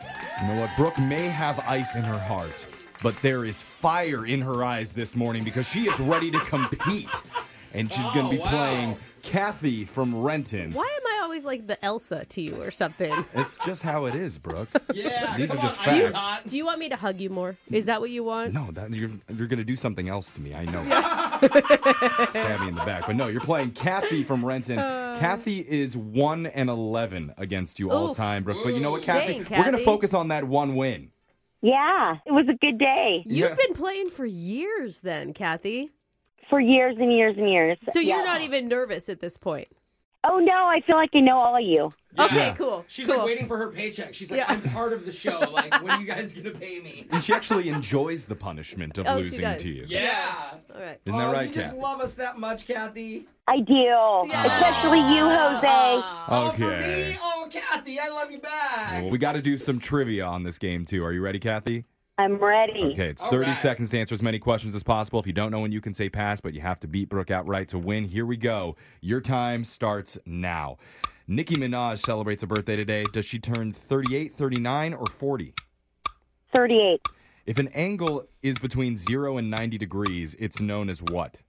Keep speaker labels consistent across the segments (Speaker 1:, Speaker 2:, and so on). Speaker 1: You know what? Brooke may have ice in her heart, but there is fire in her eyes this morning because she is ready to compete. And she's going to be
Speaker 2: Oh, wow.
Speaker 1: playing Kathy from Renton.
Speaker 3: Why am I always like the Elsa to you or something?
Speaker 1: It's just how it is, Brooke.
Speaker 2: Yeah,
Speaker 1: These
Speaker 2: come
Speaker 1: are just
Speaker 2: on, ice
Speaker 1: facts.
Speaker 2: hot.
Speaker 3: Do you want me to hug you more? Is that what you want?
Speaker 1: No, that, you're, you're going to do something else to me. I know. Stab me in the back. But no, you're playing Kathy from Renton. Kathy is 1 and 11 against you all
Speaker 3: Uh. Oof.
Speaker 1: time, Brooke. But you know what, Kathy?
Speaker 3: Dang,
Speaker 1: We're going to
Speaker 3: Kathy.
Speaker 1: focus on that one win.
Speaker 4: Yeah, it was a good day
Speaker 3: You've
Speaker 1: Yeah.
Speaker 3: been playing for years then, Kathy.
Speaker 4: for years and years and years.
Speaker 3: So you're
Speaker 4: Yeah.
Speaker 3: not even nervous at this point.
Speaker 4: Oh no, I feel like I know all of you.
Speaker 3: Okay,
Speaker 1: Yeah.
Speaker 3: cool.
Speaker 2: She's
Speaker 3: cool.
Speaker 2: like waiting for her paycheck. She's like,
Speaker 3: Yeah.
Speaker 2: I'm part of the show. Like, when are you guys gonna pay me?
Speaker 1: And she actually enjoys the punishment of
Speaker 3: Oh, she
Speaker 1: losing
Speaker 3: does.
Speaker 1: to you.
Speaker 2: Yeah.
Speaker 3: All right.
Speaker 1: Isn't that
Speaker 2: oh,
Speaker 1: right,
Speaker 2: you just
Speaker 1: Kathy?
Speaker 2: love us that much, Kathy.
Speaker 4: I do, especially you, Jose.
Speaker 3: Ah.
Speaker 2: Oh, for
Speaker 1: Okay.
Speaker 2: me? Oh, Kathy, I love you back.
Speaker 1: We got to do some trivia on this game, too. Are you ready, Kathy?
Speaker 4: I'm ready.
Speaker 1: Okay, it's
Speaker 2: All
Speaker 1: 30
Speaker 2: right.
Speaker 1: seconds to answer as many questions as possible. If you don't know when you can say pass, but you have to beat Brooke outright to win. Here we go. Your time starts now. Nicki Minaj celebrates a birthday today. Does she turn 38, 39, or 40?
Speaker 4: Thirty-eight.
Speaker 1: If an angle is between 0 and 90 degrees, it's known as what?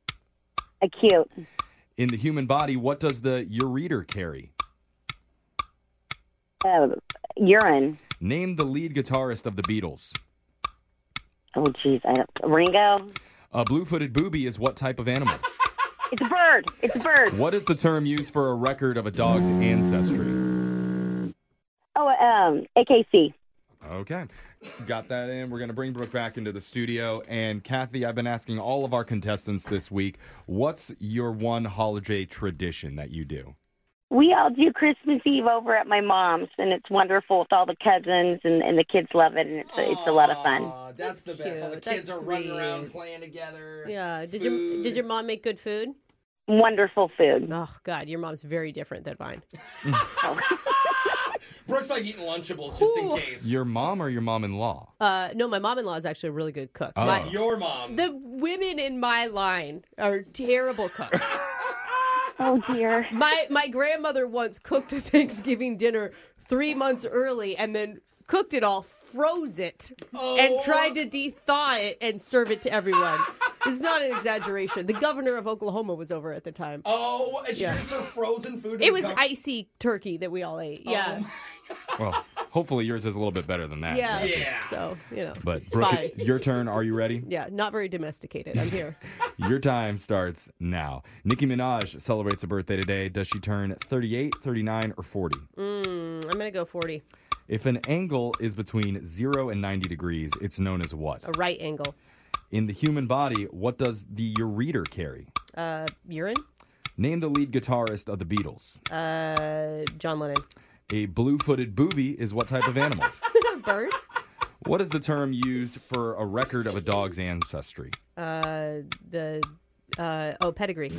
Speaker 4: Acute.
Speaker 1: In the human body, what does the ureter carry?
Speaker 4: Uh, urine.
Speaker 1: Name the lead guitarist of the Beatles.
Speaker 4: Oh jeez, I don't. Ringo.
Speaker 1: A blue footed booby is what type of animal?
Speaker 4: It's a bird. It's a bird.
Speaker 1: What is the term used for a record of a dog's ancestry?
Speaker 4: Oh, um, AKC.
Speaker 1: Okay. Got that in. We're going to bring Brooke back into the studio. And Kathy, I've been asking all of our contestants this week what's your one holiday tradition that you do?
Speaker 4: We all do Christmas Eve over at my mom's, and it's wonderful with all the cousins, and, and the kids love it, and it's a, it's a lot of fun.
Speaker 2: Aw, that's, the
Speaker 3: That's
Speaker 2: best. All the
Speaker 3: cute.
Speaker 2: kids
Speaker 3: That's
Speaker 2: are running around
Speaker 3: sweet.
Speaker 2: playing together.
Speaker 3: Yeah. Did your
Speaker 2: Food.
Speaker 3: did your mom make good food?
Speaker 4: Wonderful food.
Speaker 3: Oh God, your mom's very different than mine.
Speaker 2: Brooke's like eating Lunchables just in
Speaker 3: Ooh.
Speaker 2: case.
Speaker 1: Your mom or your mom in law?
Speaker 3: Uh, no, my mom in law is actually a really good cook.
Speaker 1: Oh.
Speaker 3: My-
Speaker 2: Your mom.
Speaker 3: the women in my line are terrible cooks.
Speaker 4: Oh dear.
Speaker 3: My my grandmother once cooked a Thanksgiving dinner three months early and then cooked it all, froze it, and tried to de-thaw it and serve it to everyone. it's not an exaggeration. The governor of Oklahoma was over at the time.
Speaker 2: Oh, and she
Speaker 3: Yeah.
Speaker 2: gets her frozen food.
Speaker 3: it was
Speaker 2: ice.
Speaker 3: icy turkey that we all ate. Yeah.
Speaker 1: Well, hopefully yours is a little bit better than that.
Speaker 3: Yeah.
Speaker 2: Yeah.
Speaker 3: So, you know.
Speaker 1: But
Speaker 3: it's
Speaker 1: Brooke,
Speaker 3: fine.
Speaker 1: your turn. Are you ready?
Speaker 3: Yeah, not very domesticated. I'm here.
Speaker 1: Your time starts now. Nicki Minaj celebrates a birthday today. Does she turn 38, 39, or 40?
Speaker 3: Mm, I'm going to go 40.
Speaker 1: If an angle is between 0 and 90 degrees, it's known as what?
Speaker 3: A right angle.
Speaker 1: In the human body, what does the ureter carry?
Speaker 3: Uh, urine?
Speaker 1: Name the lead guitarist of the Beatles.
Speaker 3: Uh, John Lennon.
Speaker 1: A blue footed booby is what type of animal?
Speaker 3: Bird?
Speaker 1: what is the term used for a record of a dog's ancestry?
Speaker 3: Uh, the, uh, oh, pedigree.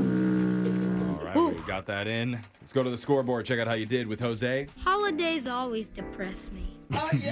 Speaker 1: All right, we got that in. Let's go to the scoreboard, check out how you did with Jose
Speaker 5: Holidays always depress me.
Speaker 2: Oh, yeah.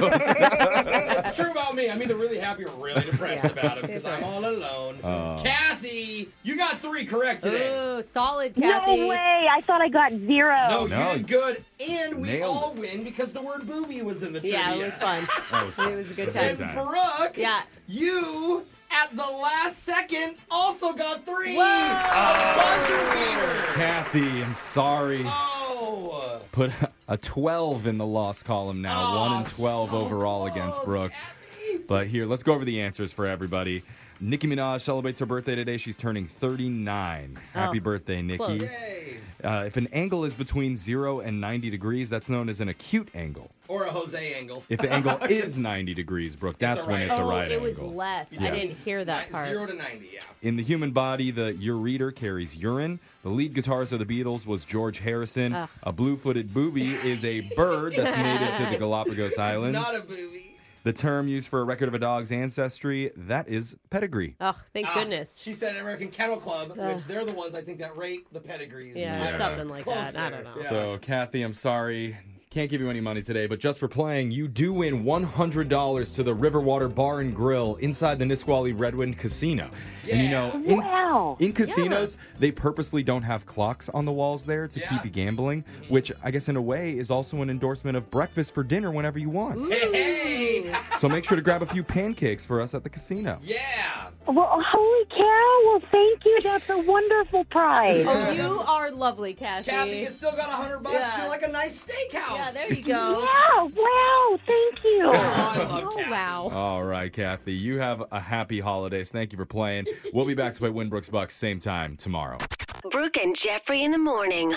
Speaker 1: Bolaños.
Speaker 2: That's true about me. I'm either really happy or really depressed about it because I'm all alone.
Speaker 1: Oh.
Speaker 2: Kathy, you got three correct today.
Speaker 3: Ooh, solid, Kathy.
Speaker 4: No way. I thought I got zero.
Speaker 2: no,
Speaker 1: No.
Speaker 2: you did good, and we
Speaker 1: Nailed
Speaker 2: all win because the word booby was in the trivia.
Speaker 3: Yeah, it was fun.
Speaker 1: that was
Speaker 3: It was a good
Speaker 1: Good
Speaker 3: time.
Speaker 2: And Brooke,
Speaker 3: Yeah.
Speaker 2: you at the last second also got three.
Speaker 3: Whoa.
Speaker 2: A buzzer beater.
Speaker 1: Kathy, I'm sorry.
Speaker 2: Oh,
Speaker 1: Put a 12 in the loss column now.
Speaker 2: Aw,
Speaker 1: 1 and 12
Speaker 2: so
Speaker 1: overall against
Speaker 2: close,
Speaker 1: Brooke.
Speaker 2: Kathy.
Speaker 1: But here, let's go over the answers for everybody. Nicki Minaj celebrates her birthday today. She's turning 39. Happy
Speaker 3: Oh,
Speaker 1: birthday, Nicki.
Speaker 3: close.
Speaker 2: Hey.
Speaker 1: Uh, if an angle is between 0 and 90 degrees, that's known as an acute angle.
Speaker 2: Or a Jose angle.
Speaker 1: If the angle is 90 degrees, Brooke, that's
Speaker 2: a
Speaker 1: when
Speaker 2: right
Speaker 1: it's a
Speaker 3: oh,
Speaker 1: right
Speaker 3: it was
Speaker 1: angle.
Speaker 3: less. I didn't hear that
Speaker 2: Ni-
Speaker 3: part.
Speaker 2: Zero to 90, yeah.
Speaker 1: In the human body, the ureter carries urine. The lead guitarist of the Beatles was George Harrison.
Speaker 3: Ugh.
Speaker 1: A blue footed booby is a bird that's native to the Galapagos Islands.
Speaker 2: Not a booby.
Speaker 1: the term used for a record of a dog's ancestry, that is pedigree.
Speaker 3: Oh, thank
Speaker 2: Ah,
Speaker 3: goodness.
Speaker 2: She said American Kennel Club, which they're the ones I think that rate the pedigrees.
Speaker 3: Yeah,
Speaker 1: Yeah.
Speaker 3: something like
Speaker 2: Close
Speaker 3: that. I
Speaker 2: there.
Speaker 3: don't know.
Speaker 2: Yeah.
Speaker 1: So, Kathy, I'm sorry. Can't give you any money today, but just for playing, you do win $100 to the Riverwater Bar and Grill inside the Nisqually Redwood Casino. And you know, in,
Speaker 4: Wow.
Speaker 1: in casinos, they purposely don't have clocks on the walls there to keep you gambling,
Speaker 2: Mm-hmm.
Speaker 1: which I guess in a way is also an endorsement of breakfast for dinner whenever you want.
Speaker 2: Hey, hey,
Speaker 1: So make sure to grab a few pancakes for us at the casino.
Speaker 2: yeah.
Speaker 4: Well, holy cow. Well, thank you. That's a wonderful prize.
Speaker 3: Oh, you are lovely, Kathy.
Speaker 2: Kathy, you still got a hundred bucks
Speaker 3: Yeah.
Speaker 2: to like a nice steakhouse.
Speaker 3: yeah, there you go.
Speaker 4: Yeah, wow. Thank you.
Speaker 2: Oh, I love
Speaker 3: Oh
Speaker 2: Kathy.
Speaker 3: wow.
Speaker 1: All right, Kathy, you have a happy holidays. Thank you for playing. We'll be back to play Winbrook's Bucks same time tomorrow.
Speaker 6: Brooke and Jeffrey in the morning.